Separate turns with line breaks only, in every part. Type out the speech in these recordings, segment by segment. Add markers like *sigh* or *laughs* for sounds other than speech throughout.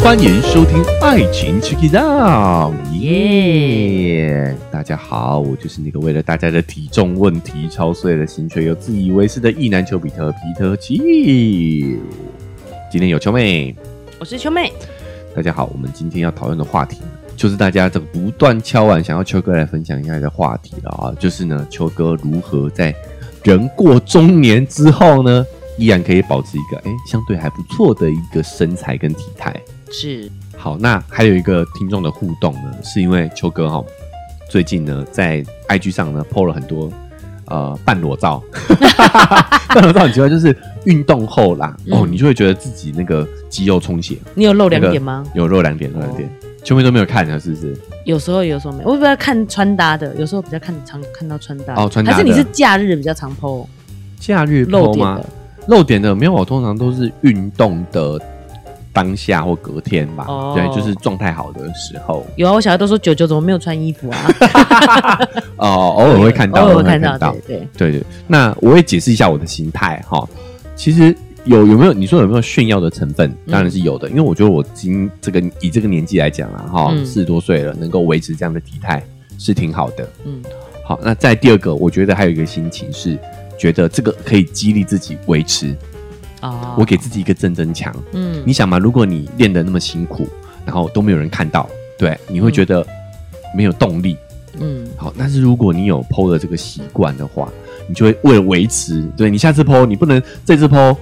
欢迎收听《爱情 Check It Out》，耶！大家好，我就是那个为了大家的体重问题操碎了心却又自以为是的意男丘比特皮特奇。今天有秋妹，
我是秋妹，
大家好，我们今天要讨论的话题就是大家这个不断敲碗想要秋哥来分享一下的话题了啊，就是呢，秋哥如何在人过中年之后呢，依然可以保持一个哎、诶相对还不错的一个身材跟体态。
是
好，那还有一个听众的互动呢，是因为秋哥哈、最近呢在 IG 上呢 PO 了很多呃半裸照， *laughs* 半裸照很奇怪，就是运动后啦，哦，
嗯
你就会觉得自己那个肌肉充血，
你有露
那
两
个
点吗？
有肉两点，肉两点，
哦
秋妹都没有看啊，是不是？
有时候有时候没，我比较看穿搭的，有时候比较看常看到穿搭的
哦穿搭的
还是你是假日比较常 PO
假日 PO
露点
吗
的？
露点的没有，我通常都是运动的当下或隔天吧，
哦
对，就是状态好的时候。
有啊，我小孩都说九九怎么没有穿衣服
*laughs*
啊？
哦，偶尔会看到，
*laughs* 偶
偶尔
尔
会
会看
看
到，
到
对。对，
对对，那我也解释一下我的心态哈。其实有有没有你说有没有炫耀的成分？当然是有的，因为我觉得我今这个以这个年纪来讲啦，哈，
嗯
四十多岁了，能够维持这样的体态是挺好的。
嗯，
好，那再第二个，我觉得还有一个心情是觉得这个可以激励自己维持，
哦
我给自己一个正增强。
嗯
你想嘛，如果你练得那么辛苦，然后都没有人看到，对，你会觉得没有动力。
嗯
好，但是如果你有 PO 的这个习惯的话，你就会为了维持，对你下次 PO，你不能这次 PO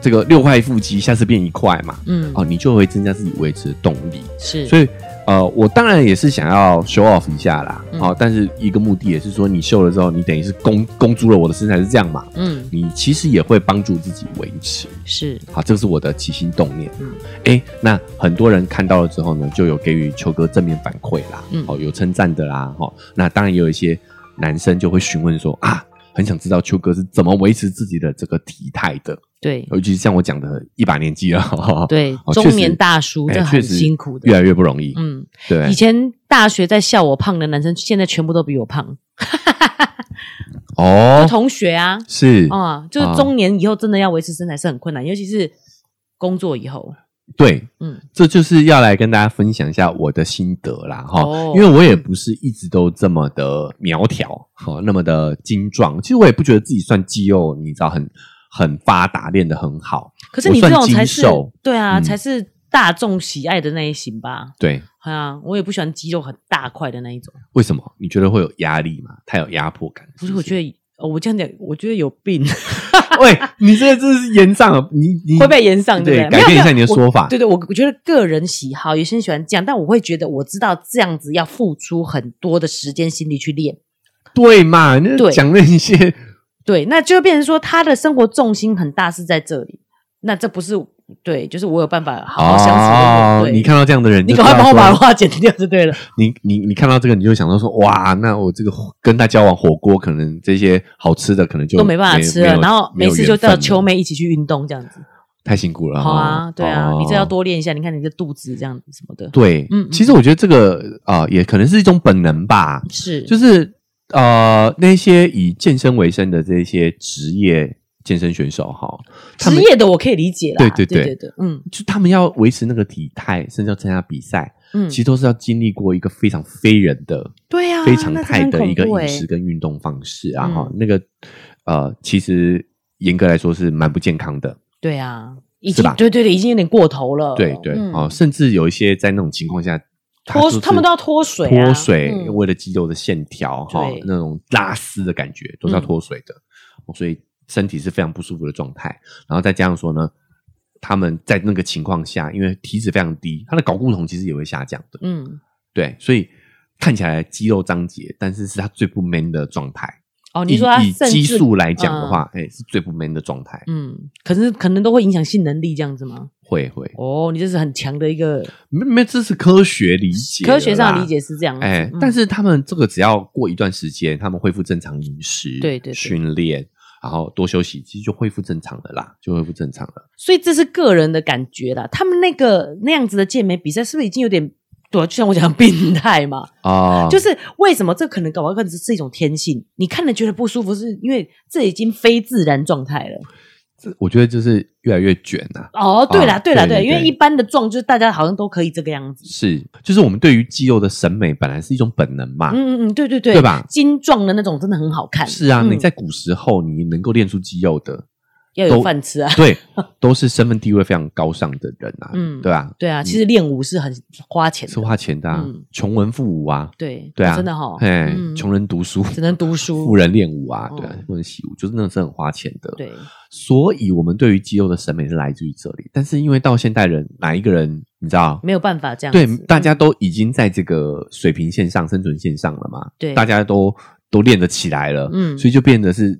这个六块腹肌，下次变一块嘛，
嗯，
哦，你就会增加自己维持的动力。
是，
所以，呃，我当然也是想要 show off 一下啦，
嗯
哦，但是一个目的也是说，你秀了之后，你等于是公公诸了我的身材是这样嘛，
嗯
你其实也会帮助自己维持。
是，
好，这是我的起心动念。嗯
嗯，
哎，那很多人看到了之后呢，就有给予秋哥正面反馈啦，
嗯
哦，有称赞的啦，哈、哦，那当然也有一些男生就会询问说啊，很想知道秋哥是怎么维持自己的这个体态的，
对
尤其是像我讲的，一把年纪了，哈哈
对
哦，确
中
实
年大叔
哎
这
确
很
实
辛苦的，
越来越不容易，
嗯，
对
以，前大学在笑我胖的男生，现在全部都比我胖，
哦，
同学啊，
是，
啊，就
啊
是中年以后真的要维持身材是很困难，尤其是工作以后，
对，
嗯
这就是要来跟大家分享一下我的心得啦，哈、
哦
因为我也不是一直都这么的苗条，哈、那么的精壮。其实我也不觉得自己算肌肉，你知道很很发达，练得很好。
可是你这种才
我算精
是
瘦
对啊，
嗯
才是大众喜爱的那一型吧？
对，
哎呀，我也不喜欢肌肉很大块的那一种。
为什么？你觉得会有压力吗？太有压迫感？
不是，我觉得、哦我这样讲，我觉得有病，
得，喂，你这这是延上了，你你
*laughs* 会被延上，
对
对不对？
改变一下
没有
你
没有
的说法
我对对，我我觉得个人喜好，有些人喜欢这样，但我会觉得我知道这样子要付出很多的时间、心力去练。
对嘛？那
对
讲那一些
对，那就变成说他的生活重心很大是在这里，那这不是对，就是我有办法好好相处的
哦
人。对，
你看到这样的人
你
就知
赶
道
快
说，
帮我把话剪掉就对了。
你你你看到这个，你就想到说，哇，那我这个跟他交往火锅，可能这些好吃的可能就
都没办法吃
没
了，
有
然后
没
没
有
事
缘
就
分
叫
了
秋妹一起去运动这样子。
太辛苦了。
好啊
哦，
对啊，
哦
你这要多练一下，你看你的肚子这样子什么的，
对，
嗯嗯
其实我觉得这个啊、呃也可能是一种本能吧，
是
就是呃，那些以健身为生的这些职业健身选手哈，他
职
们
业的我可以理解啦。
对对
对
对
对嗯
就他们要维持那个体态，甚至要参加比赛，
嗯
其，实都是要经历过一个非常非人的
对啊，
非常
那
态
真
的
很
一个
恐怖
饮
欸
食跟运动方式啊，
嗯
哈、那个呃，其实严格来说是蛮不健康的，
对啊，已
是
经
吧
对对对，已经有点过头了。
对对，
嗯
哦，甚至有一些在那种情况下，
脱
就是
他们都要脱水啊，
脱水，
嗯
为了肌肉的线条哈
对，嗯
那种拉丝的感觉都是要脱水的，哦所以身体是非常不舒服的状态。然后再加上说呢，他们在那个情况下，因为体脂非常低，他的睾固酮其实也会下降的，
嗯，
对，所以看起来肌肉张节，但是是他最不 man 的状态。
哦，
以
你说他
以
甚
激
至
素来讲的话，哎、是最不 man 的状态，
嗯，可是可能都会影响性能力这样子吗？
会会，
哦，你这是很强的一个
没没，这是科学理解，
科学上的理。解是这样子，
哎、
嗯
但是他们这个只要过一段时间，他们恢复正常饮食，
对对对
训练，然后多休息，其实就恢复正常了啦，就恢复正常了。
所以这是个人的感觉啦。他们那个那样子的健美比赛，是不是已经有点对、啊？就像我讲的病态嘛，
哦，
就是是为什么这可能搞不好可能是一种天性？你看了觉得不舒服，是因为这已经非自然状态了。
这我觉得就是越来越卷啊。
哦，对啦，
啊
对啦，
对
对，因为
对
一般的壮就是大家好像都可以这个样子。
是，就是我们对于肌肉的审美本来是一种本能嘛。
嗯嗯嗯，对对对，
对吧
精壮的那种真的很好看。
是啊，
嗯
你在古时候你能够练出肌肉的，
要有饭吃啊。
对，都是身份地位非常高尚的人啊，
嗯
对吧？
对啊，其实练武是很花钱
是
的。
花钱的、啊
嗯，
穷文富武啊，
对
对啊，
真的哈，
哎，
嗯
穷人读书，
只能读书
富人练武啊，对啊
嗯，
富人习武，就是那是很花钱的，
对，
所以我们对于肌肉的审美是来自于这里，但是因为到现代人，哪一个人你知道？
没有办法这样子。
对，大家都已经在这个水平线上、生存线上了嘛，
对
大家都都练得起来了，
嗯
所以就变得是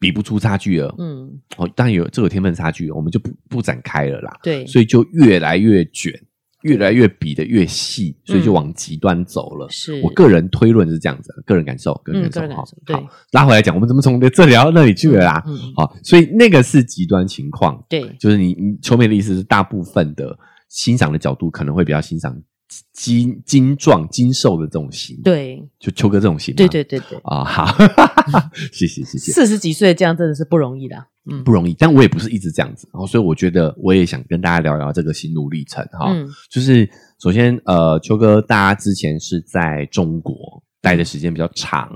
比不出差距了。
嗯，
哦，当然有这个天分差距，我们就不不展开了啦。
对，
所以就越来越卷，越来越比得越细，所以就
嗯
往极端走了。
是
我个人推论是这样子，个人感受，个人
嗯
感受，
个人感
哈
受对
好，拉回来讲，我们怎么从这里聊到那里去了啦？
嗯嗯
好，所以那个是极端情况，
对
就是你你求美的意思是大部分的欣赏的角度可能会比较欣赏精精壮精瘦的这种型，，
对
就秋哥这种型嘛，
对对对对，
啊，好， *laughs* 谢谢谢谢。
四十几岁这样真的是不容易啦。嗯
不容易，但我也不是一直这样子，然后所以我觉得我也想跟大家聊聊这个心路历程哈、
嗯
就是首先呃，秋哥大家之前是在中国待的时间比较长，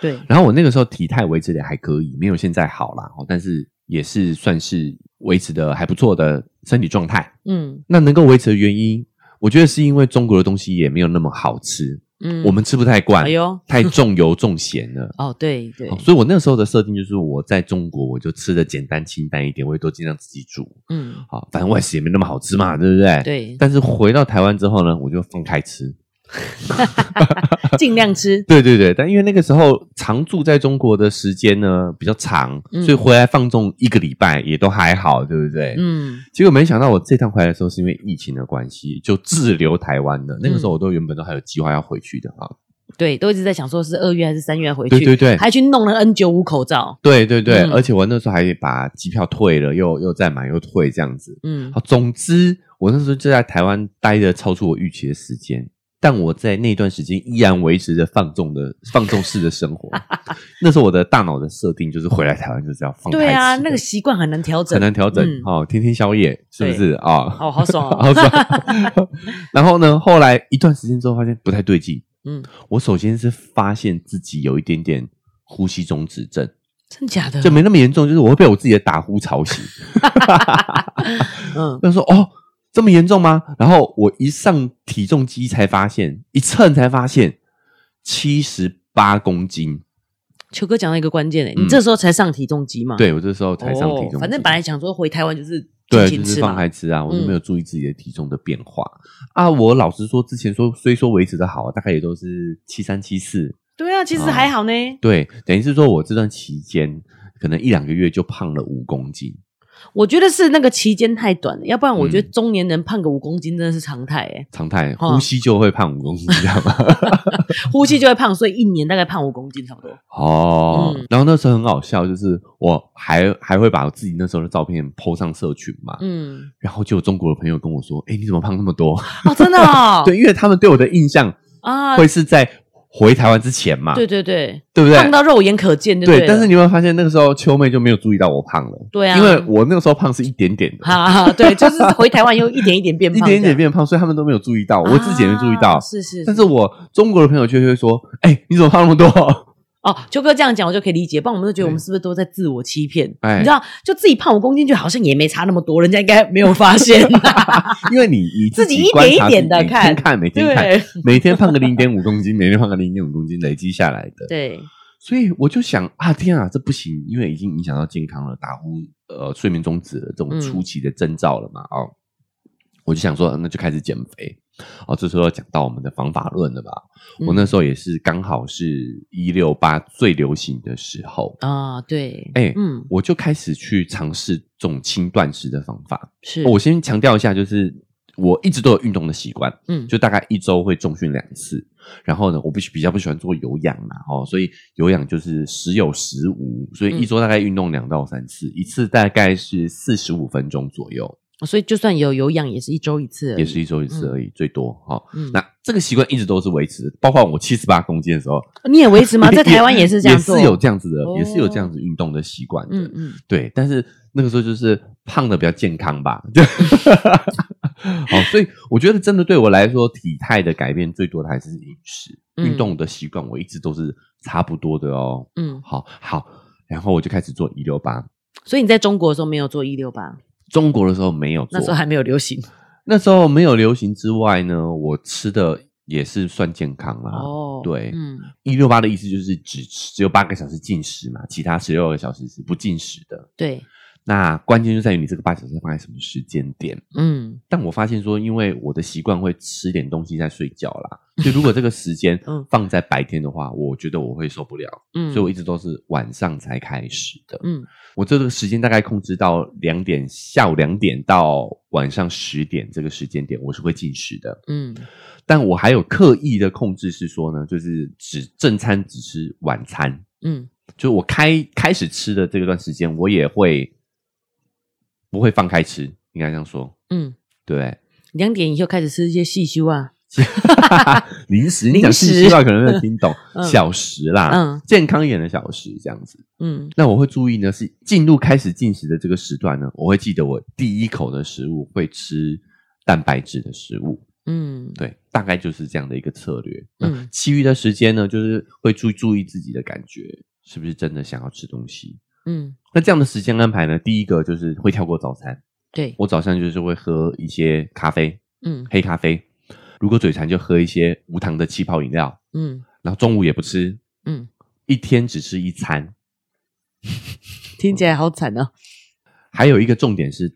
对
然后我那个时候体态维持的还可以，没有现在好啦，哦但是也是算是维持的还不错的身体状态。
嗯
那能够维持的原因，我觉得是因为中国的东西也没有那么好吃，
嗯，
我们吃不太惯，
哎呦
太重油重咸了。
哦对 *laughs* 对
哦所以我那时候的设定就是，我在中国我就吃的简单清淡一点，我也都尽量自己煮。
嗯
好、反正外食也没那么好吃嘛，对不对？。 *laughs*
对，
但是回到台湾之后呢，我就放开吃。
尽量吃。
对对对，但因为那个时候常住在中国的时间呢比较长，
嗯
所以回来放纵一个礼拜也都还好，对不对？
嗯
结果没想到我这趟回来的时候是因为疫情的关系，就滞留台湾了。那个时候
嗯
我都原本都还有计划要回去的啊。
对，都一直在想说是二月还是三月回去，
对对对
还去弄了 N 九五口罩。
对对对，
嗯
而且我那时候还把机票退了，又又再买又退这样子。
嗯
好，总之我那时候就在台湾待的超出我预期的时间，但我在那段时间依然维持着放纵
*laughs*
的放纵式的生活。那时候我的大脑的设定就是回来台湾就是要放开
对啊，
吃
那个
的
习惯很难调
*laughs*
整，
很难调整
嗯
哦，天天宵夜是不是啊？
哦，好爽
*laughs*
哦，
好爽。 *laughs* 然后呢，后来一段时间之后发现不太对劲，
嗯，
我首先是发现自己有一点点呼吸中止症。
真假的？
这没那么严重，就是我会被我自己的打呼
*laughs*
吵醒。
嗯
他说：“哦，这么严重吗？”然后我一上体重机才发现，一称才发现七十八公斤。
球哥讲到一个关键诶，欸
嗯
你这时候才上体重机嘛？
对我这时候才上体重机、
啊哦，反正本来想说回台湾就是
对
尽
就
情
是
吃
放
嘛嗯
开，吃啊，我就没有注意自己的体重的变化、啊。我老实说，之前说虽说维持的好，大概也都是七三七四。
对啊，其实还好呢。
对，等于是说我这段期间可能一两个月就胖了五公斤。
我觉得是那个期间太短了，要不然我
嗯
觉得中年人胖个五公斤真的是常态诶，
常态
哦
呼吸就会胖五公斤，知道吗？嗯
呼吸就会胖，所以一年大概胖五公斤差不多。
哦，
嗯
然后那时候很好笑，就是我还还会把我自己那时候的照片 PO 上社群嘛，
嗯，
然后就有中国的朋友跟我说：“哎，你怎么胖那么多
哦，真的？”哦，
*laughs* 对，因为他们对我的印象
啊，
会是在回台湾之前嘛，
对对对，
对不
啊
对？
胖到肉眼可见就
对，
了
但是你有没有发现那个时候秋妹就没有注意到我胖了？
对啊
因为我那个时候胖是一点点的，
*laughs* 哈哈，对，就是回台湾又一点一点
*laughs*
变
一
胖，
点一点变胖，所以他们都没有注意到，
这样，
我自己也没注意到
啊。是是，
但是我中国的朋友却会说：“哎，你怎么胖那么多 *laughs*
哦，秋哥这样讲我就可以理解，不然我们都觉得我们是不是都在自我欺骗？
哎
你知道，就自己胖五公斤，就好像也没差那么多，人家应该没有发现。？”
*laughs* 因为你你
自己一
观
点一
察
点
自己
地
每天
看
看每天看，
对 *laughs*
每天胖个零点五公斤，每天胖个零点五公斤，累积下来的。
对，
所以我就想啊，天啊，这不行，因为已经影响到健康了，打呼、呃，睡眠中止的这种
嗯
初期的征兆了嘛，哦，我就想说，那就开始减肥。哦，这时候要讲到我们的方法论了吧？
嗯
我那时候也是刚好是一六八最流行的时候，
啊，对，
哎
嗯，
我就开始去尝试这种轻断食的方法。
是，
哦我先强调一下，就是我一直都有运动的习惯，
嗯，
就大概一周会重训两次。然后呢，我不喜比较不喜欢做有氧嘛，哦，所以有氧就是时有
嗯
时无，所以一周大概运动两到三次，一次大概是四十五分钟左右。
所以就算有有氧，也是一周一次而已，
也是一周一次而已，最多哈、哦
嗯
那这个习惯一直都是维持，包括我七十八公斤的时候，
你也维持吗？在台湾也是这
*laughs*
样
也
做，
是有这样子的，
哦
也是有这样子运动的习惯的。
嗯嗯，
对，但是那个时候就是胖的比较健康吧。
*laughs*
对好，所以我觉得真的对我来说，体态的改变最多的还是饮食、
嗯
运动的习惯，我一直都是差不多的哦。
嗯，
好好，然后我就开始做一六八。
所以你在中国的时候没有做一六八，
中国的时候没有做，
那时候还没有流行
那时候没有流行之外呢，我吃的也是算健康啦。
哦。
啊对
嗯
一六八的意思就是只吃只有八个小时进食嘛，其他十六个小时是不进食的。
对，
那关键就在于你这个八小时放在什么时间点。
嗯
但我发现说，因为我的习惯会吃点东西再睡觉啦，所以如果这个时间
嗯
放在白天的话，我觉得我会受不了，
嗯，
所以我一直都是晚上才开始的。
嗯
我这个时间大概控制到两点，下午两点到晚上十点这个时间点，我是会进食的。
嗯
但我还有刻意的控制是说呢，就是只正餐只吃晚餐，
嗯
就是我开开始吃的这段时间，我也会不会放开吃，应该这样说，
嗯，
对不对？
两点以后开始吃一些细修啊，
*laughs* 零食，你
零
讲
食
信息话可能没有听懂
*laughs* 嗯，
小食啦，
嗯
健康一点的小食这样子。
嗯
那我会注意呢，是进入开始进食的这个时段呢，我会记得我第一口的食物会吃蛋白质的食物，
嗯
对，大概就是这样的一个策略。
嗯
嗯，其余的时间呢，就是会注注意自己的感觉，是不是真的想要吃东西。
嗯，
那这样的时间安排呢，第一个就是会跳过早餐，
对，
我早上就是会喝一些咖啡，
嗯
黑咖啡。如果嘴馋就喝一些无糖的气泡饮料，
嗯
然后中午也不吃，
嗯，
一天只吃一餐。
听起来好惨啊。
还有一个重点是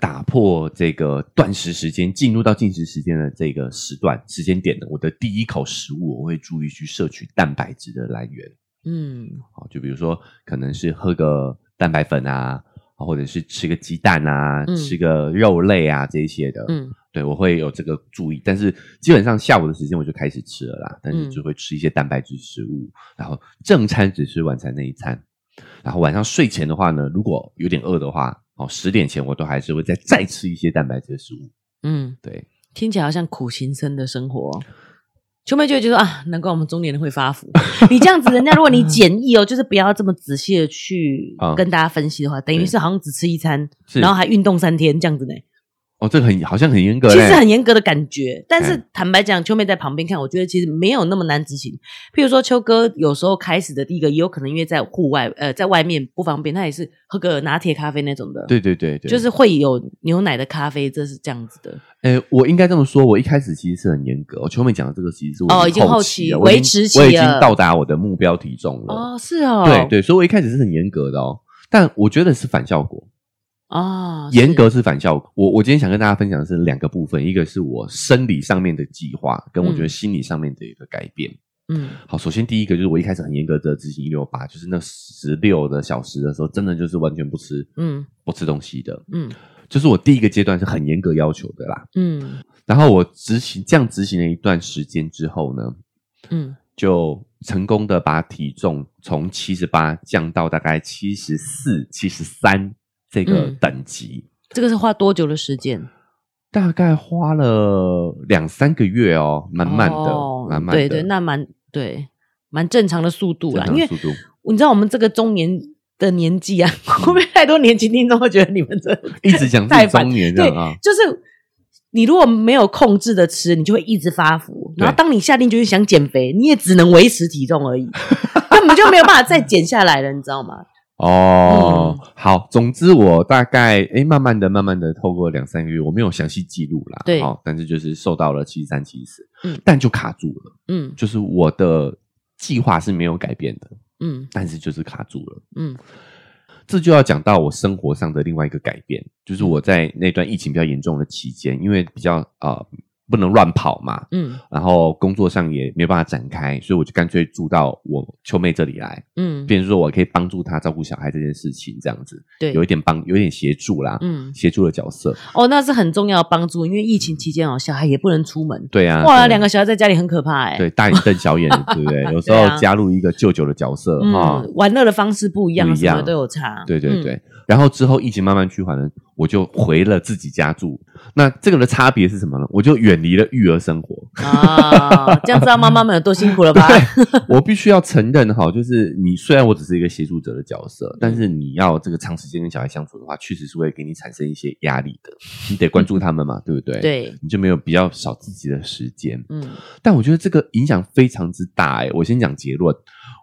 打破这个断食时间，进入到进食时间的这个时段时间点的，我的第一口食物我会注意去摄取蛋白质的来源。
嗯
好，就比如说可能是喝个蛋白粉啊，啊或者是吃个鸡蛋啊，
嗯
吃个肉类啊这一些的。
嗯
对，我会有这个注意，但是基本上下午的时间我就开始吃了啦，但
嗯
是就会吃一些蛋白质食物，然后正餐只吃晚餐那一餐，然后晚上睡前的话呢，如果有点饿的话，哦，十点前我都还是会再再吃一些蛋白质的食物。
嗯，
对，
听起来好像苦行僧的生活哦、秋妹就会觉得啊，难怪我们中年人会发 *laughs* 福。你这样子，人家如果你简易哦，就是不要这么仔细的去
啊
跟大家分析的话，等于
对
是好像只吃一餐，
是
然后还运动三天这样子呢。
哦，这个很好像很严格嘞，
其实很严格的感觉，但是
嗯
坦白讲，秋妹在旁边看，我觉得其实没有那么难执行。譬如说，秋哥有时候开始的第一个，也有可能因为在户外，呃，在外面不方便，他也是喝个拿铁咖啡那种的，，
对对对对，
就是会有牛奶的咖啡，这是这样子的。
呃，我应该这么说，我一开始其实是很严格。我秋妹讲的这个其实是我
哦已经后
后
期
了我
维
已经
持期
我已经
了
到达我的目标体重了。
哦，是哦，
对对，所以我一开始是很严格的哦，但我觉得是反效果。
哦，
严
是
格是反效果。我我今天想跟大家分享的是两个部分，一个是我生理上面的计划，跟我觉得
嗯
心理上面的一个改变。
嗯
好，首先第一个就是我一开始很严格的执行一六八，就是那十六的小时的时候，真的就是完全不吃
嗯
不吃东西的，
嗯
就是我第一个阶段是很严格要求的啦。
嗯
然后我执行这样执行了一段时间之后呢，
嗯，
就成功的把体重从七十八降到大概七十四、七十三这个
嗯
等级。
这个是花多久的时间？
大概花了两三个月哦，慢慢的，
哦
慢慢的，
对对，那蛮对蛮正常的速度啦，
正常
因为
速
*laughs*
度
你知道我们这个中年的年纪啊， *laughs* 会不会太多年轻听众会觉得你们这 *laughs*
一直讲自
太
己
烦
中？年这
对
样啊，，
就是你如果没有控制的吃，你就会一直发福。
对
然后当你下定决心想减肥，你也只能维持体重
*laughs*
而已，根本就没有办法再减下来了，你知道吗？
哦，
嗯
好，总之我大概诶，慢慢的、慢慢的，透过两三个月，我没有详细记录啦，
对
好，但是就是瘦到了七十三、七十
嗯
四，但就卡住了，
嗯
就是我的计划是没有改变的，
嗯
但是就是卡住了。
嗯
这就要讲到我生活上的另外一个改变，就是我在那段疫情比较严重的期间，因为比较呃不能乱跑嘛，
嗯
然后工作上也没办法展开，所以我就干脆住到我秋妹这里来，
嗯，
变成说我可以帮助她照顾小孩这件事情，这样子
对，
有一点帮，有一点协助啦，
嗯
协助的角色。
哦，那是很重要的帮助，因为疫情期间哦，小孩也不能出门，
对啊，
哇，
对
两个小孩在家里很可怕哎。
对大眼瞪小眼，对不
*laughs*
对？有时
对
候
啊
加入一个舅舅的角色哈，
嗯，玩乐的方式不一样，
不一
什么
样
都有差。
对对
嗯
对。， *laughs* 然后之后疫情慢慢趋缓了，我就回了自己家住。那这个的差别是什么呢？我就远离了育儿生活。
啊，这样知道妈妈们有多辛苦了吧？
我必须要承认哈，就是你虽然我只是一个协助者的角色，但是你要这个长时间跟小孩相处的话，确实是会给你产生一些压力的。你得关注他们嘛，对不对？，
对，
你就没有比较少自己的时间。
嗯
但我觉得这个影响非常之大哎、我先讲结论，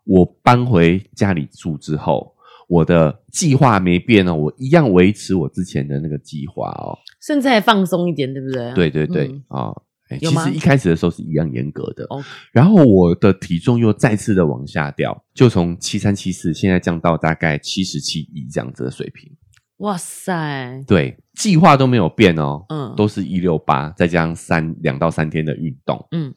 我搬回家里住之后，我的计划没变哦，我一样维持我之前的那个计划哦。
甚至还放松一点，对不对？
对对对
嗯，
啊、哎
有
其
吗
实一开始的时候是一样严格的，
哦
然后我的体重又再次的往下掉，就从七三七四现在降到大概七十七一这样子的水平。
哇塞，
对，计划都没有变哦，
嗯
都是一六八，再加上三两到三天的运动，
嗯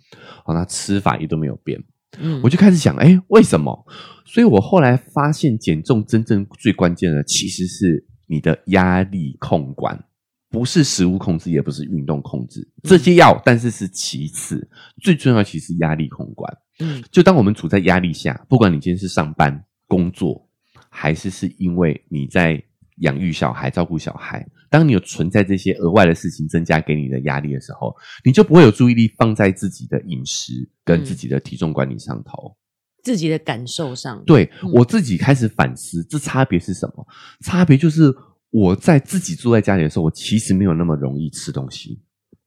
好、那吃法也都没有变。
嗯，
我就开始想，哎、为什么？所以我后来发现，减重真正最关键的其实是你的压力控管，不是食物控制，也不是运动控制，这些要，但是是其次，最重要其实是压力控管。
嗯
就当我们处在压力下，不管你今天是上班、工作，还是是因为你在养育小孩、照顾小孩，当你有存在这些额外的事情增加给你的压力的时候，你就不会有注意力放在自己的饮食跟自己的体重管理上头。
自己的感受上，
对
嗯
我自己开始反思，这差别是什么？差别就是我在自己住在家里的时候，我其实没有那么容易吃东西。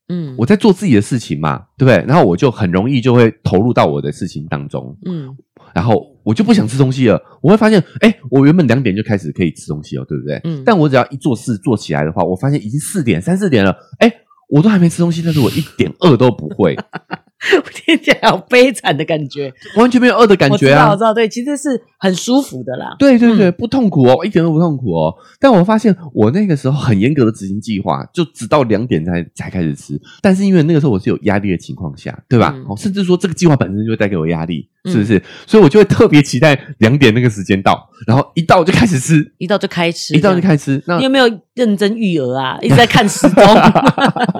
嗯，
我在做自己的事情嘛，对不对？然后我就很容易就会投入到我的事情当中。
嗯
*laughs* 然后我就不想吃东西了，我会发现，哎，我原本两点就开始可以吃东西了，对不对？
嗯
但我只要一做事做起来的话，我发现已经四点、三四点了，哎，我都还没吃东西，但是我一点饿都不会，
*laughs* 我听起来好悲惨的感觉，
完全没有饿的感觉
我知道，我
啊
知！道，对，其实是很舒服的啦。
对对对，不痛苦哦，一点都不痛苦哦。但我发现我那个时候很严格的执行计划，就直到两点才才开始吃。但是因为那个时候我是有压力的情况下，对吧
嗯？
哦，甚至说这个计划本身就会带给我压力，
嗯
是不是？所以我就会特别期待两点那个时间到，然后一到就开始吃，
一到就开吃，
一到就。开始吃。那
你有没有认真育儿 *laughs* 啊？一直在看嗯时钟，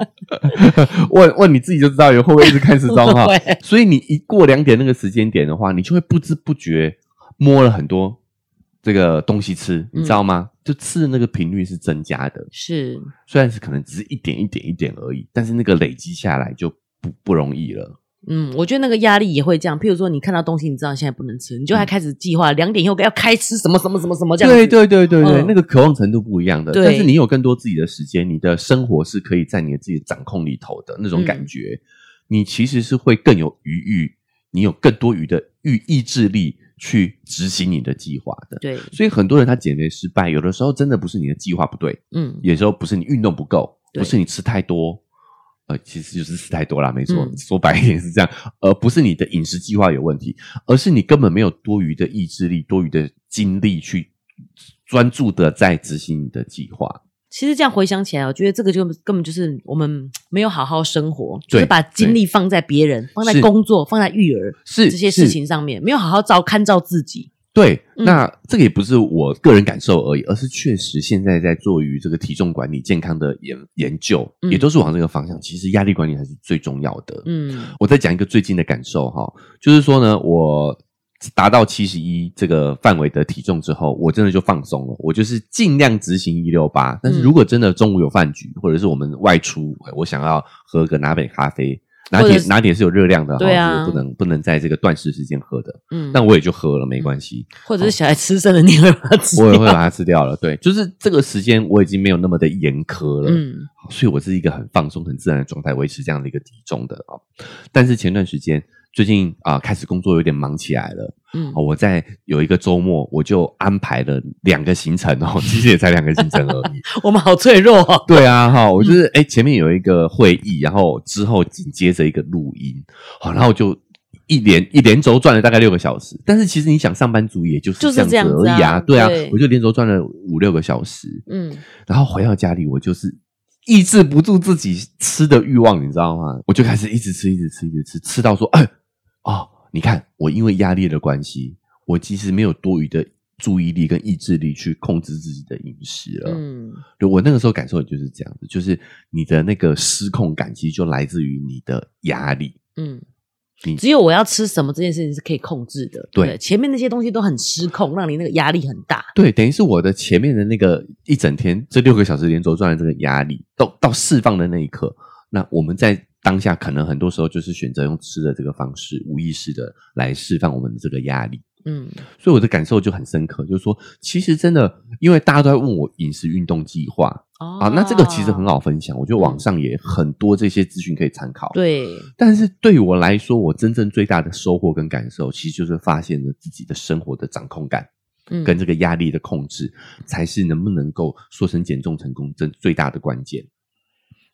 *laughs* 问问你自己就知道，有会不会一直
*laughs*
看时钟哈？
对，
所以你一过两点那个时间点的话，你就会不知不觉摸了很多这个东西吃，你知道
嗯
吗？就吃的那个频率是增加的，
是，
虽然是可能只是一点一点一点而已，但是那个累积下来就不不容易了。
嗯，我觉得那个压力也会这样。譬如说，你看到东西，你知道你现在不能吃，你就还开始计划两点以后要开吃什么什么什么什么这样子。
对对对对对，
嗯
那个渴望程度不一样的，
对
但是你有更多自己的时间，你的生活是可以在你的自己的掌控里头的
嗯
那种感觉，你其实是会更有余裕，你有更多余的意意志力去执行你的计划的。
对，
所以很多人他减肥失败，有的时候真的不是你的计划不对，
嗯，
有时候不是你运动不够，
对
不是你吃太多，呃，其实就是吃太多啦，没错，
嗯
说白一点是这样， *laughs* 而、不是你的饮食计划有问题，而是你根本没有多余的意志力、多余的精力去专注的在执行你的计划。
其实这样回想起来，我觉得这个就根本就是我们没有好好生活，就
对
是把精力放在别人、放在
是
工作、放在育儿
是
这些
是
事情上面，没有好好照看照自己。
对，
嗯
那这个也不是我个人感受而已，而是确实现在在做于这个体重管理、健康的研研究，
嗯
也都是往这个方向。其实压力管理才是最重要的。
嗯
我再讲一个最近的感受哈，就是说呢，我达到七十一这个范围的体重之后，我真的就放松了，我就是尽量执行一六八。但
嗯
是如果真的中午有饭局，或者是我们外出，我想要喝个拿铁咖啡，拿
或者
铁
是
拿铁是有热量的哈，
对
就
啊
是不能不能在这个断食时间喝的，
嗯，
但我也就喝了，没关系。
或者是小孩吃剩的，你会把它吃
我也
掉 *laughs*
会把它吃掉了。对，就是这个时间我已经没有那么的严苛了，
嗯
所以我是一个很放松、很自然的状态，维持这样的一个体重的哦。但是前段时间，最近啊、开始工作有点忙起来了，
嗯
哦，我在有一个周末我就安排了两个行程哦，其实也才两个行程而已。 *laughs*
我们好脆弱哦。
对啊，哈、我就是哎、前面有一个会议，然后之后紧接着一个录音，好、然后就一连一连轴转了大概六个小时。但是其实你想，上班族也就是
就是
这样子
这样
而
子
已
啊
对啊，
对
我就连轴转了五六个小时，
嗯
然后回到家里，我就是抑制不住自己吃的欲望，你知道吗？我就开始一直吃，一直吃，一直吃，吃到说， *clears throat* 哎，哦，你看，我因为压力的关系，我其实没有多余的注意力跟意志力去控制自己的饮食了。
嗯，
就我那个时候感受就是这样子，就是你的那个失控感，其实就来自于你的压力。
嗯
你，
只有我要吃什么这件事情是可以控制的，
对
前面那些东西都很失控，让你那个压力很大。
对，等于是我的前面的那个一整天这六个小时连轴转的这个压力，到到释放的那一刻，那我们在当下可能很多时候就是选择用吃的这个方式，无意识的来释放我们的这个压力。
嗯
所以我的感受就很深刻，就是说，其实真的，因为大家都在问我饮食运动计划
哦
啊，那这个其实很，好分享，我觉得网上也很多这些资讯可以参考。
对，
但是对我来说，我真正最大的收获跟感受，其实就是发现了自己的生活的掌控感。
嗯
跟这个压力的控制，才是能不能够塑身减重成功真最大的关键。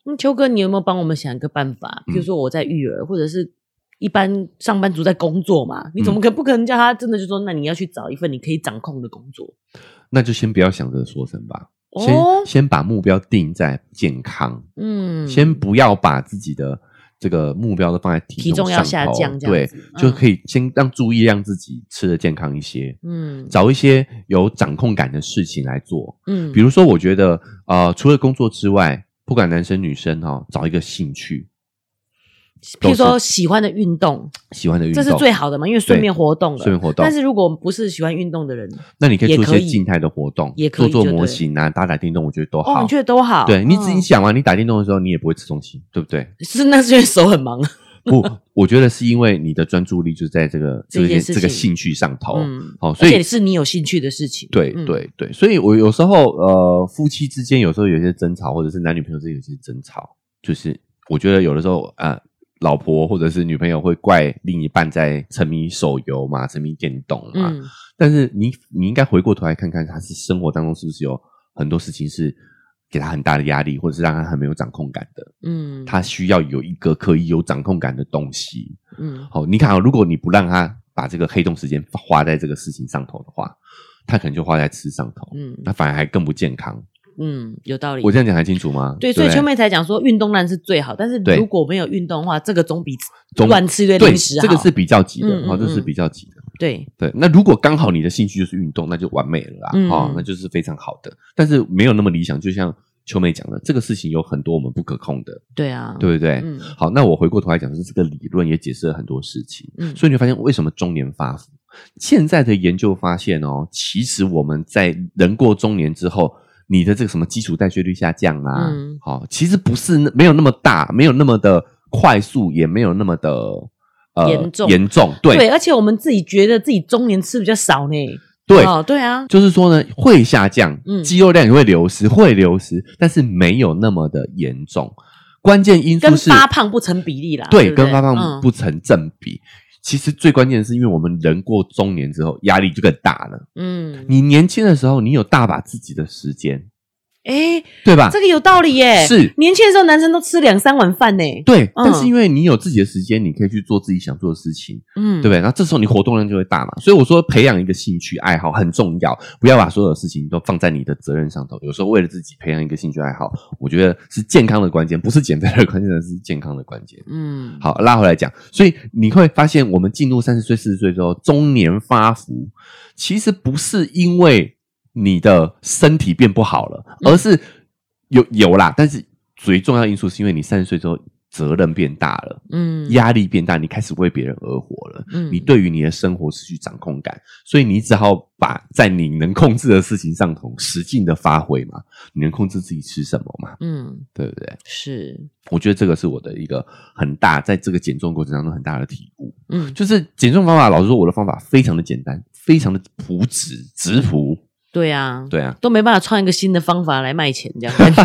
嗯，秋哥，你有没有帮我们想一个办法？
嗯
比如说我在育儿，或者是一般上班族在工作
嗯
嘛，你怎么可不可能叫他真的就说，那你要去找一份你可以掌控的工作？
那就先不要想着塑身吧，
哦
先先把目标定在健康，
嗯，
先不要把自己的这个目标都放在体
体重要
上
下
头
降这样
对
子，
就
嗯
可以先让注意让自己吃的健康一些，
嗯
找一些有掌控感的事情来做。
嗯，
比如说，我觉得呃，除了工作之外，不管男生女生哦，找一个兴趣
譬如说喜欢的运动，
喜欢的运
这
动，
是最好的嘛，因为顺便活动了。
顺便活动
但。是如果不是喜欢运动的人，
那你可以
也
做一
可
些
以
静态的活动，
也
做
可以
做
就
模
对
型啊，打打电动，我觉得都
哦，
好。
你觉得都好。
对你自己
嗯
想嘛，啊你打电动的时候你也不会吃东西，对不
*laughs*
对？
是那是因为手很忙。
不，我觉得是因为你的专注力就在这个
这
这
件
件
事
这个
情
兴趣上头。
嗯，
好，哦所
而且
以
是你有兴趣的事情。
对
嗯，
对对，所以我有时候呃，夫妻之间有时候有一些争吵，或者是男女朋友之间有一些争吵，就是我觉得有的时候啊、呃老婆或者是女朋友会怪另一半在沉迷手游嘛，沉迷电动嘛，
嗯，
但是你你应该回过头来看看，他是生活当中是不是有很多事情是给他很大的压力，或者是让他很没有掌控感的。
嗯，
他需要有一个可以有掌控感的东西。
嗯，
好，你看啊、如果你不让他把这个黑洞时间花在这个事情上头的话，他可能就花在吃上头，
嗯
那反而还更不健康。
嗯，有道理
我。这样讲还清楚吗？
对，
不
所以秋妹才讲说，运动当然是最好，但是
对
如果没有运动的话，这个总比
总
乱吃一堆
对，
零食好。
这个是比较急
嗯
的，哦
嗯
好，这是
嗯
比较急的。
对，
对，那如果刚好你的兴趣就是运动，那就完美了啦，
嗯
哦，那就是非常好的。但是没有那么理想，就像秋妹讲的，这个事情有很多我们不可控的，
对啊，
对不对？
嗯
好，那我回过头来讲，就是这个理论也解释了很多事情，
嗯
所以你会发现为什么中年发福？现在的研究发现哦，其实我们在人过中年之后，你的这个什么基础代谢率下降啊，
嗯
好、其实不是那没有那么大，没有那么的快速，也没有那么的呃
严重
严重，对
对，而且我们自己觉得自己中年吃比较少呢。
对
哦，对啊，
就是说呢，会下降，
嗯
肌肉量也会流失，会流失，但是没有那么的严重。关键因
跟
素是
发胖不成比例啦。
对，
对不对，
跟发胖
嗯
不成正比。其实最关键的是，因为我们人过中年之后，压力就更大了。
嗯，
你年轻的时候，你有大把自己的时间，
哎，
对吧？
这个有道理耶。
是
年轻的时候男生都吃两三碗饭呢。
对，
嗯
但是因为你有自己的时间，你可以去做自己想做的事情，
嗯，
对不对？然后这时候你活动量就会大嘛。所以我说，培养一个兴趣爱好很重要，不要把所有的事情都放在你的责任上头。有时候为了自己培养一个兴趣爱好，我觉得是健康的关键，不是减肥的关键，而是健康的关键。
嗯，
好，拉回来讲，所以你会发现，我们进入三十岁、四十岁之后，中年发福，其实不是因为你的身体变不好了，
嗯
而是有有啦，但是最重要的因素是因为你三十岁之后责任变大了，
嗯，
压力变大，你开始为别人而活了。
嗯
你对于你的生活失去掌控感，所以你只好把在你能控制的事情上头使劲的发挥嘛。你能控制自己吃什么嘛？
嗯
对不对？ *laughs*
是
我觉得这个是我的一个很大，在这个减重过程当中很大的体悟。
嗯
就是减重方法，老实说，我的方法非常的简单，非常的朴质直朴。
对啊，
对啊，
都没办法创一个新的方法来卖钱这样
*laughs*
子。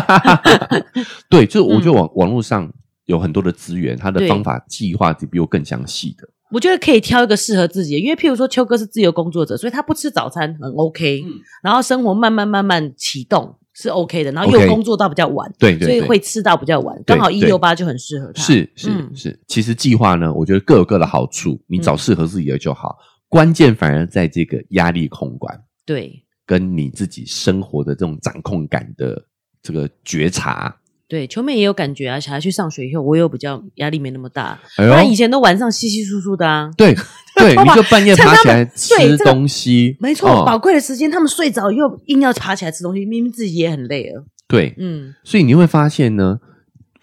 对，就是我觉得网、网络上有很多的资源，它的
嗯对
方法计划比我更详细的。
我觉得可以挑一个适合自己的，因为譬如说秋哥是自由工作者，所以他不吃早餐很 OK，、
嗯
然后生活慢慢慢慢启动是 OK 的，然后又
OK
工作到比较晚
对对对，
所以会吃到比较晚，刚好一六八就很适合他。
是是、
嗯
是。其实计划呢，我觉得各有各的好处，你找
嗯
适合自己的就好。关键反而在这个压力控管
对
跟你自己生活的这种掌控感的这个觉察。
对，球妹也有感觉啊。小孩去上学以后，我有比较压力没那么大。
哎
不然以
呦，
前都晚上稀稀疏疏的啊。 *laughs*
对对，
爸
你
爸
就半夜
趁
爬
他
起来
们对
吃
这个
东西，
没错，
哦
宝贵的时间，他们睡着又硬要爬起来吃东西，明明自己也很累了。
对，
嗯，
所以你会发现呢，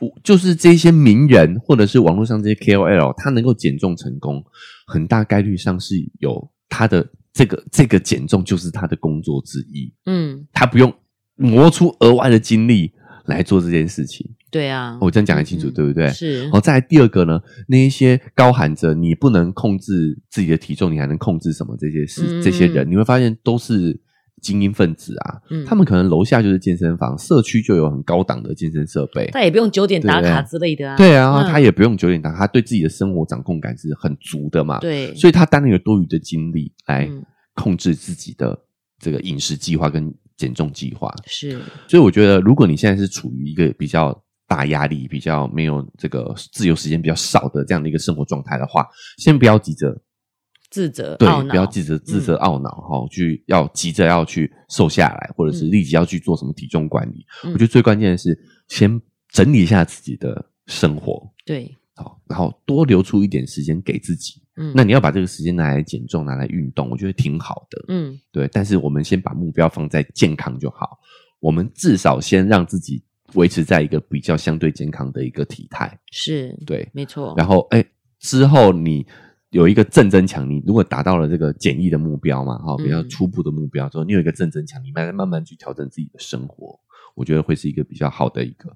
我就是这些名人或者是网络上这些 KOL，他能够减重成功，很大概率上是有他的这个这个减重就是他的工作之一，
嗯，
他不用磨出额外的精力来做这件事情。
对啊，
我这样讲得清楚，
嗯
对不哦对？
是，
哦，再来第二个呢，那一些高喊着你不能控制自己的体重，你还能控制什么？这些事，
嗯
这些人，你会发现都是精英分子啊。
嗯
他们可能楼下就是健身房，社区就有很高档的健身设备。
但也不用九点打卡
对
之类的啊。
对啊，
嗯
他也不用九点档，他对自己的生活掌控感是很足的嘛。
对，
所以他当然有多余的精力来
嗯
控制自己的这个饮食计划跟减重计划。
是，
所以我觉得，如果你现在是处于一个比较大压力、比较没有这个自由时间比较少的这样的一个生活状态的话，先不要急着
自责
对
懊，恼嗯
不要急着自责懊恼哈、去要急着要去瘦下来，或者是
嗯
立即要去做什么体重管理。
嗯
我觉得最关键的是先整理一下自己的生活，
对，
好，然后多留出一点时间给自己。
嗯，
那你要把这个时间拿来减重，拿来运动，我觉得挺好的。
嗯
对，但是我们先把目标放在健康就好，我们至少先让自己维持在一个比较相对健康的一个体态，
是，
对，
没错，
然后哎之后你。有一个正增强，你如果达到了这个简易的目标嘛，哈、比较
嗯
初步的目标之后，你有一个正增强，你慢慢慢慢去调整自己的生活，我觉得会是一个比较好的一个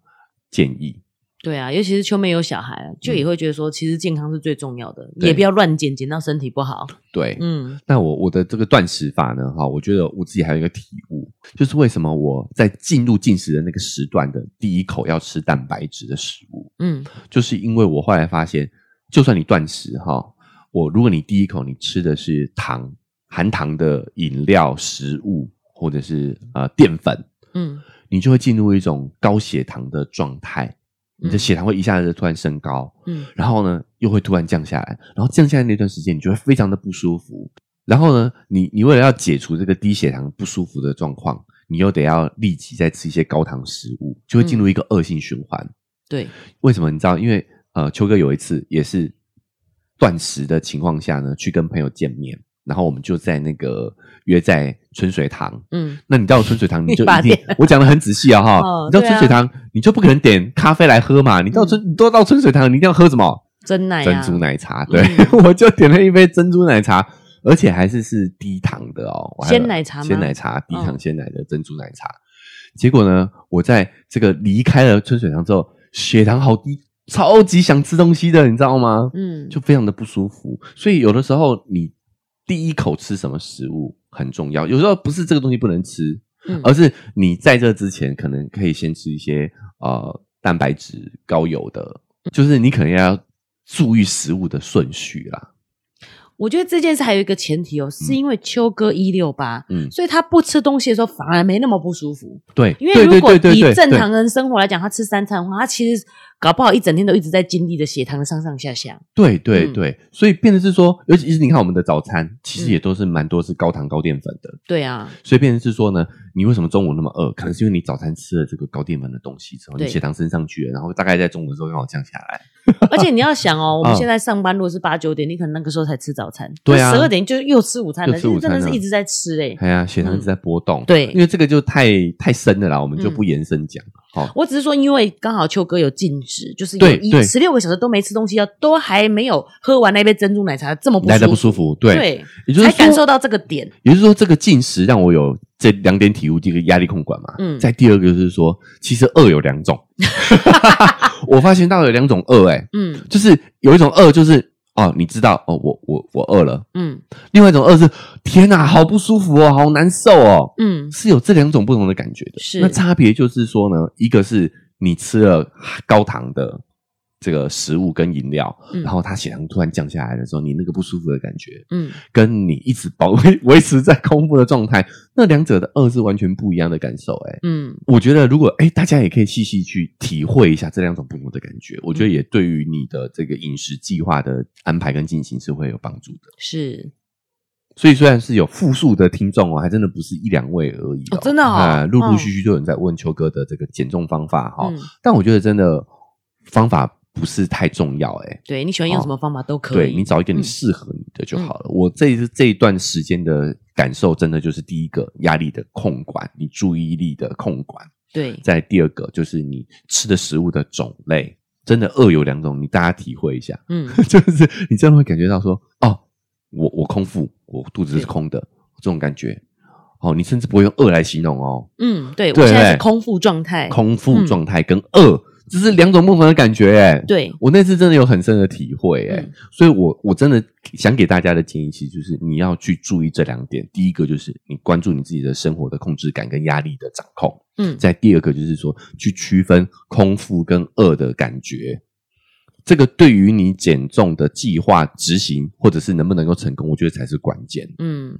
建议。
对啊，尤其是秋妹有小孩，啊就也会觉得说，其实健康是最重要的，
嗯对
也不要乱减，减到身体不好。
对，
嗯
那我我的这个断食法呢，哈，我觉得我自己还有一个体悟，就是为什么我在进入进食的那个时段的第一口要吃蛋白质的食物，
嗯，
就是因为我后来发现，就算你断食哈，我如果你第一口你吃的是糖、含糖的饮料、食物或者是呃淀粉，
嗯，
你就会进入一种高血糖的状态，你的
嗯
血糖会一下子突然升高，
嗯，
然后呢又会突然降下来，然后降下来那段时间你就会非常的不舒服，然后呢你你为了要解除这个低血糖不舒服的状况，你又得要立即再吃一些高糖食物，就会进
嗯
入一个恶性循环。
对，
为什么你知道？因为呃，秋哥有一次也是断食的情况下呢，去跟朋友见面，然后我们就在那个约在春水堂。
嗯，
那你到了春水堂，你
*laughs*
就
你把
一定
店
我讲的很仔细啊哈。
哦
你到
对
春
啊
水堂，你就不可能点咖啡来喝嘛。你到春，你都到春水堂，你一定要喝什么？
真奶
珍
啊，
珠奶茶。对， *laughs*
嗯
我就点了一杯珍珠奶茶，而且还是是低糖的哦，我还有
鲜奶茶吗
鲜奶茶，低糖
嗯
鲜奶的珍珠奶茶。结果呢，我在这个离开了春水堂之后，血糖好低，超级想吃东西的，你知道吗？
嗯，
就非常的不舒服。所以有的时候你第一口吃什么食物很重要，有时候不是这个东西不能吃，
嗯
而是你在这之前可能可以先吃一些呃蛋白质高油的，
嗯
就是你可能要注意食物的顺序啦。
我觉得这件事还有一个前提哦，是因为秋哥一六八，
嗯
所以他不吃东西的时候反而没那么不舒服。
对，
因为
对
如
对
果
对对
以
对
正
对
常人生活来讲，他吃三餐的话，他其实搞不好一整天都一直在经历着血糖的上上下下。
对对
嗯
对，所以变的是说，尤其是你看我们的早餐，其实
嗯
也都是蛮多是高糖高淀粉的，*laughs*
对啊，
所以变成是说呢，你为什么中午那么饿？可能是因为你早餐吃了这个高淀粉的东西之后，你
对
血糖升上去了，然后大概在中午的时候刚好降下来。
而且你要想哦，我们
嗯
现在上班如果是八九点，你可能那个时候才吃早餐，
对啊
十二点就又吃午餐了，
又吃
就
午
是
餐
真
了
的是一直在吃哎、
哎呀，血糖一直在波动。
对
因为这个就太太深了啦，我们就不延伸讲。好、
我只是说，因为刚好秋哥有禁止，就是有
对
一
对
十六个小时都没吃东西，要都还没有喝完那杯珍珠奶茶这么不
来的
舒
不
服，
舒服，对，
对，
也就是
才
说
感受到这个点。
也就是说，这个进食让我有这两点体悟：第一个压力控管嘛，嗯，
嗯
再第二个就是说，其实饿有两种， *laughs* 我发现到有两种饿、欸，哎，
嗯
就是有一种饿就是哦，你知道哦，我我我饿了；
嗯
另外一种饿是天哪、好不舒服哦，好难受哦，
嗯，
是有这两种不同的感觉的。
是
那差别就是说呢，一个是你吃了高糖的这个食物跟饮料，
嗯
然后它血糖突然降下来的时候，你那个不舒服的感觉，
嗯，
跟你一直保 *laughs* 维维持在空腹的状态，那两者的饿是完全不一样的感受、哎，
嗯，
我觉得如果哎、大家也可以细细去体会一下这两种不同的感觉，我
嗯
觉得也对于你的这个饮食计划的安排跟进行是会有帮助的。
是。
所以虽然是有复数的听众哦，还真的不是一两位而已、
哦真的哦
啊陆陆
嗯
续续就有人在问秋哥的这个减重方法哈、
嗯
但我觉得真的方法不是太重要哎、
对你喜欢用什么方法都可
对
以。
你找一个你
嗯
适合你的就好了。我这一这一段时间的感受，真的就是第一个压力的控管，你注意力的控管；
对
再第二个就是你吃的食物的种类，真的恶有两种，你大家体会一下，
嗯，
*laughs* 就是你真的会感觉到说，哦，我我空腹，我肚子是
对
空的这种感觉。哦，你甚至不会用饿来形容哦，
嗯，对，我
对
现
对
在是空腹状态。
空腹状态跟饿，这是两种不同的感觉哎。
嗯对，
我那次真的有很深的体会、欸，
嗯
所以我我真的想给大家的建议，其实就是你要去注意这两点。第一个就是你关注你自己的生活的控制感跟压力的掌控，
嗯，
再第二个就是说去区分空腹跟饿的感觉。这个对于你减重的计划执行，或者是能不能够成功，我觉得才是关键。
嗯，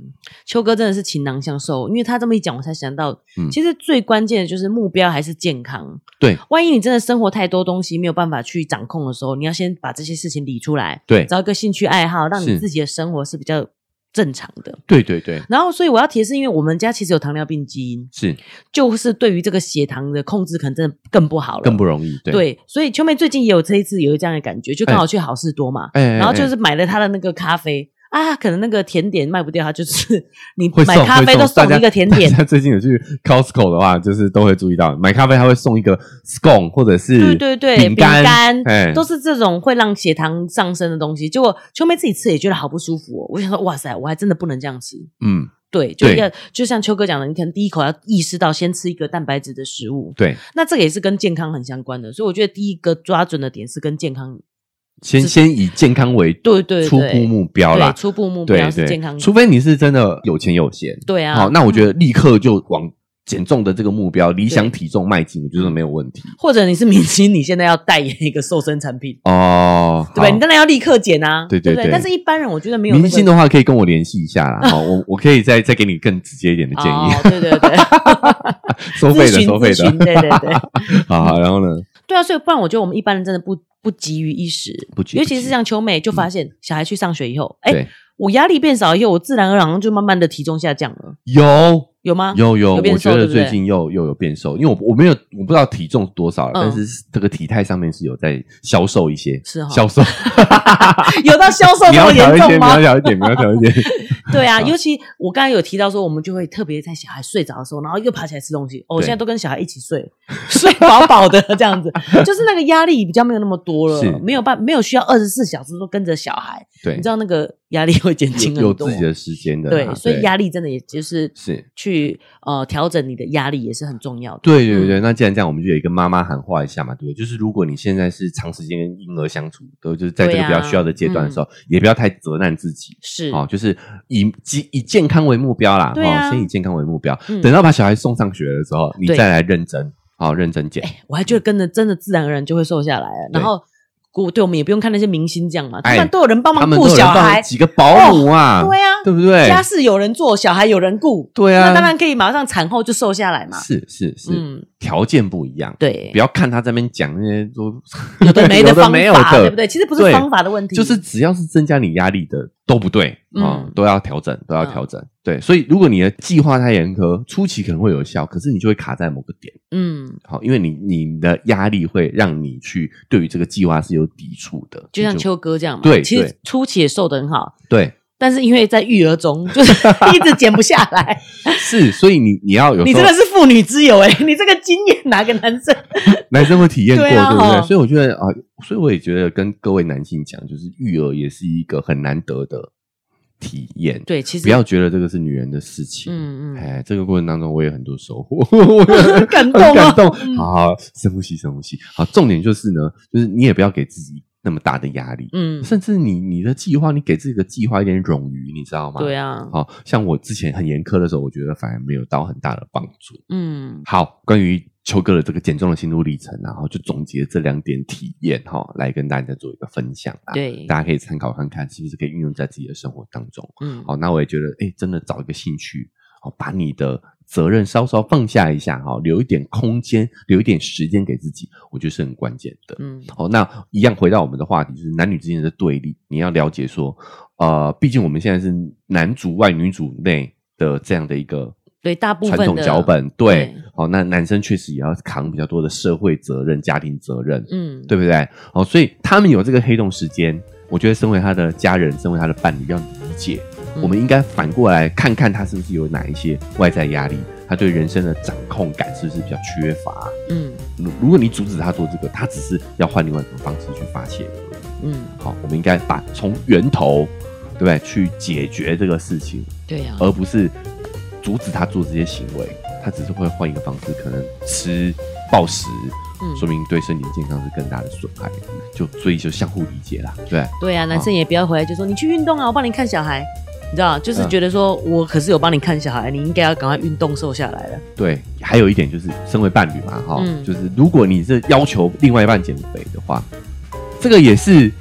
秋哥真的是倾囊相授，因为他这么一讲，我才想到，
嗯
其实最关键的就是目标还是健康。
对
万一你真的生活太多东西没有办法去掌控的时候，你要先把这些事情理出来，
对
找一个兴趣爱好，让
是
你自己的生活是比较正常的。
对对对，
然后，所以我要提的是，因为我们家其实有糖尿病基因，
是
就是对于这个血糖的控制，可能真的更不好了，
更不容易。对，哎
对，所以秋妹最近也有这一次有这样的感觉，就刚好去好事多嘛，
哎哎哎
然后就是买了她的那个咖啡。啊，可能那个甜点卖不掉，她就是
*laughs*
你
会
买
送
咖啡
会
都送
大
你
家
一个甜点
*laughs* 大，家最近有去 Costco 的话，就是都会注意到，买咖啡他会送一个 scone 或者是
对对对，
饼
饼
干，哎
都是这种会让血糖上升的东西。结果秋妹自己吃也觉得好不舒服哦，我想说，哇塞，我还真的不能这样吃。
嗯
对，就
对
要就像秋哥讲的，你可能第一口要意识到先吃一个蛋白质的食物，
对，
那这个也是跟健康很相关的。所以我觉得第一个抓准的点是跟健康，
先先以健康为
对对对，
初步目标
对
啦，
初步目
对
标是健康
对，，除非你是真的有钱有闲，
对啊，
好，那我觉得立刻就往减重的这个目标理想体重迈进，我觉得没有问题
或者你是明星，你现在要代言一个瘦身产品，
哦，
嗯对吧？
好
你当然要立刻减啊，
对对
对不
对
但是一般人我觉得没有那个
明星的话可以跟我联系一下
*laughs*
啦，好，我我可以再再给你更直接一点的建
哦
议，，
对对对，
*laughs* 收费
咨
的
询
收费
咨询
的，
对对对，
*laughs* 好，好然后
*laughs*
呢，
对啊，所以不然我觉得我们一般人真的不不急于一时，
不急
尤
不
其
急
是像秋妹，就发现小孩去上学以后，哎，
对，
我压力变少以后，我自然而然就慢慢的体重下降了，
有。
有吗？
有有，
啊有变
我觉
瘦
得
对不对
最近又又有变瘦，因为我我没有我不知道体重多少了，
嗯
但是这个体态上面是有在消瘦一些，
是哈
消
*laughs*
瘦，
*laughs* 有到消瘦这
苗条
么
一
严
些，
重吗
苗？条一点，苗条一点， *laughs*
对
嗯
啊，尤其我刚刚有提到说，我们就会特别在小孩睡着的时候，然后又爬起来吃东西。哦，我
对
现在都跟小孩一起睡，
*laughs*
睡饱饱的这样子，就是那个压力比较没有那么多
是
了，没有办没有需要二十四小时都跟着小孩，
对，
你知道那个压力会减轻
有
很
有
多。
自己的啊时间的啦，
对，所以压力真的也就是
是。
去呃调整你的压力也是很重要的。
对对对，那既然这样，我们就有一个妈妈喊话一下嘛，对不对？就是如果你现在是长时间跟婴儿相处，都就是在这个
对
比
啊
较需要的阶段的时候，也不要太责难自己
是，
哦，就是以以以健康为目标啦，
对啊
哦，先以健康为目标，
嗯
等到把小孩送上学的时候，你
对哎
再来认真，好、认真减，
我还觉得跟着真的自然而然就会瘦下来了。
对
然后，我对我们也不用看那些明星这样嘛，他
哎
们都有人帮
他
忙
们
顾
都有人
小
帮
孩，
几个保姆啊，
对啊，
对不对？
家事有人做，小孩有人顾，
对啊
那当然可以马上产后就瘦下来嘛。
是是是，
嗯，
条件不一样，
对
不，要看他在那边讲那些都
有的没的方法，
*laughs* 没有的，
对不对？其实不是
对
方法的问题，
就是只要是增加你压力的都不对啊、
嗯
都要调整，都要调整。对，所以如果你的计划太严苛，初期可能会有效，可是你就会卡在某个点，
嗯，
好，因为你你的压力会让你去对于这个计划是有抵触的，
就像
你
秋哥这样嘛。
对
其实
对
初期也瘦得很好， *laughs*
对
但是因为在育
*laughs*
儿中，就是一直减不下来。
是，所以你你要有
你
时
真
候
的是妇女之友哎、 *laughs* 你这个经验哪个男生？
男生会体验过，
对啊
对不对？
哦
所以我觉得啊、所以我也觉得跟各位男性讲，就是育儿也是一个很难得的体验，
对，其实
不要觉得这个是女人的事情，
嗯嗯，
哎，这个过程当中我也很多收获， *laughs* 我觉得
很感动
很感
啊。
动。
嗯
好好，深呼吸，深呼吸。好，重点就是呢，就是你也不要给自己那么大的压力，
嗯，
甚至你你的计划，你给自己的计划一点冗余，你知道吗？
对
啊。
啊，
好像我之前很严苛的时候，我觉得反而没有到很大的帮助。
嗯，
好，关于秋哥的这个减重的心路历程啊，然后就总结这两点体验哈、来跟大家做一个分享啊。，
对，
大家可以参考看看，是不是可以运用在自己的生活当中。
嗯，
好，那我也觉得，哎，真的找一个兴趣，好，把你的责任稍稍放下一下哈、留一点空间，留一点时间给自己，我觉得是很关键的。
嗯，
好，那一样回到我们的话题，就是男女之间的对立，你要了解说，呃，毕竟我们现在是男主外女主内的这样的一个
对，大部分
传统
的
脚，本，对
对，
好，那男生确实也要扛比较多的社会责任、家庭责任，
嗯，
对不对？好，所以他们有这个黑洞时间，我觉得身为他的家人，身为他的伴侣，要理解，
嗯
我们应该反过来看看他是不是有哪一些外在压力，他对人生的掌控感是不是比较缺乏。
嗯
如如果你阻止他做这个，他只是要换另外一种方式去发泄而已。
嗯，
好，我们应该把从源头，对不对，去解决这个事情，
对啊呀、
而不是阻止他做这些行为。他只是会换一个方式，可能吃暴食，
嗯
说明对身体健康是更大的损害。就所以就相互理解啦，对。
对啊，男生也不要回来就说你去运动啊，我帮你看小孩，你知道，就是
嗯
觉得说我可是有帮你看小孩，你应该要赶快运动瘦下来了。
对，还有一点就是，身为伴侣嘛，哈、
嗯
就是如果你是要求另外一半减肥的话，这个也是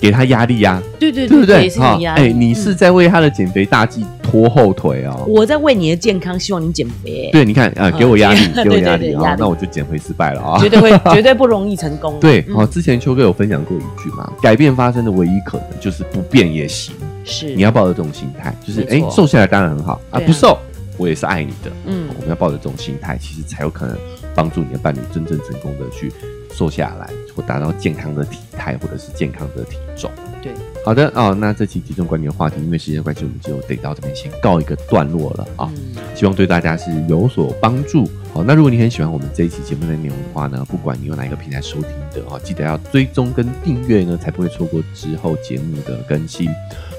给他压力呀、啊
对对
对不
对，
对
也？是你呀、
哎、你是在为他的减肥大计拖后腿哦。
嗯我在为你的健康，希望你减肥、
对，你看，呃，
嗯
给我压力，
*laughs* 对
给我压
对对
力
对
啊
压，力
那我就减肥失败了啊
绝。对
*laughs*
会，绝对不容易成功。
对，哦
嗯
好，之前秋哥有分享过一句嘛，改变发生的唯一可能就是不变也行。
是
你要抱着这种心态，就是
没
哎
错，
瘦下来当然很好啊，
对啊
不瘦我也是爱你的。
嗯
我们要抱着这种心态，其实才有可能帮助你的伴侣真正成功的去瘦下来，或达到健康的体态，或者是健康的体重。
对，
好的哦，那这期体重管理的话题，因为时间关系，我们就得到这边先告一个段落了啊、
嗯
希望对大家是有所帮助。好，那如果你很喜欢我们这一期节目的内容的话呢，不管你用哪一个平台收听的哦，记得要追踪跟订阅呢，才不会错过之后节目的更新。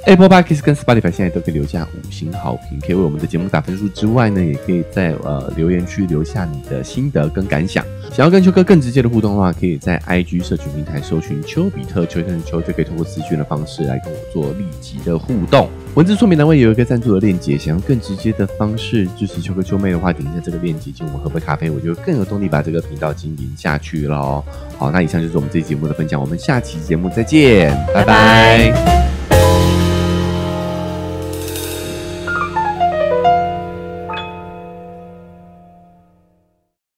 Apple Podcast 跟 Spotify 现在都可以留下五星好评，可以为我们的节目打分数之外呢，也可以在呃留言区留下你的心得跟感想。想要跟秋哥更直接的互动的话，可以在 IG 社群平台搜寻“丘比特丘天的丘”，就可以通过私讯的方式来跟我做立即的互动。文字说明栏位也有一个赞助的链接，想要更直接的方式支持秋哥秋妹的话，点一下这个链接，请我们喝杯咖啡，我就更有动力把这个频道经营下去喽。好，那以上就是我们这期节目的分享，我们下期节目再见，拜拜
拜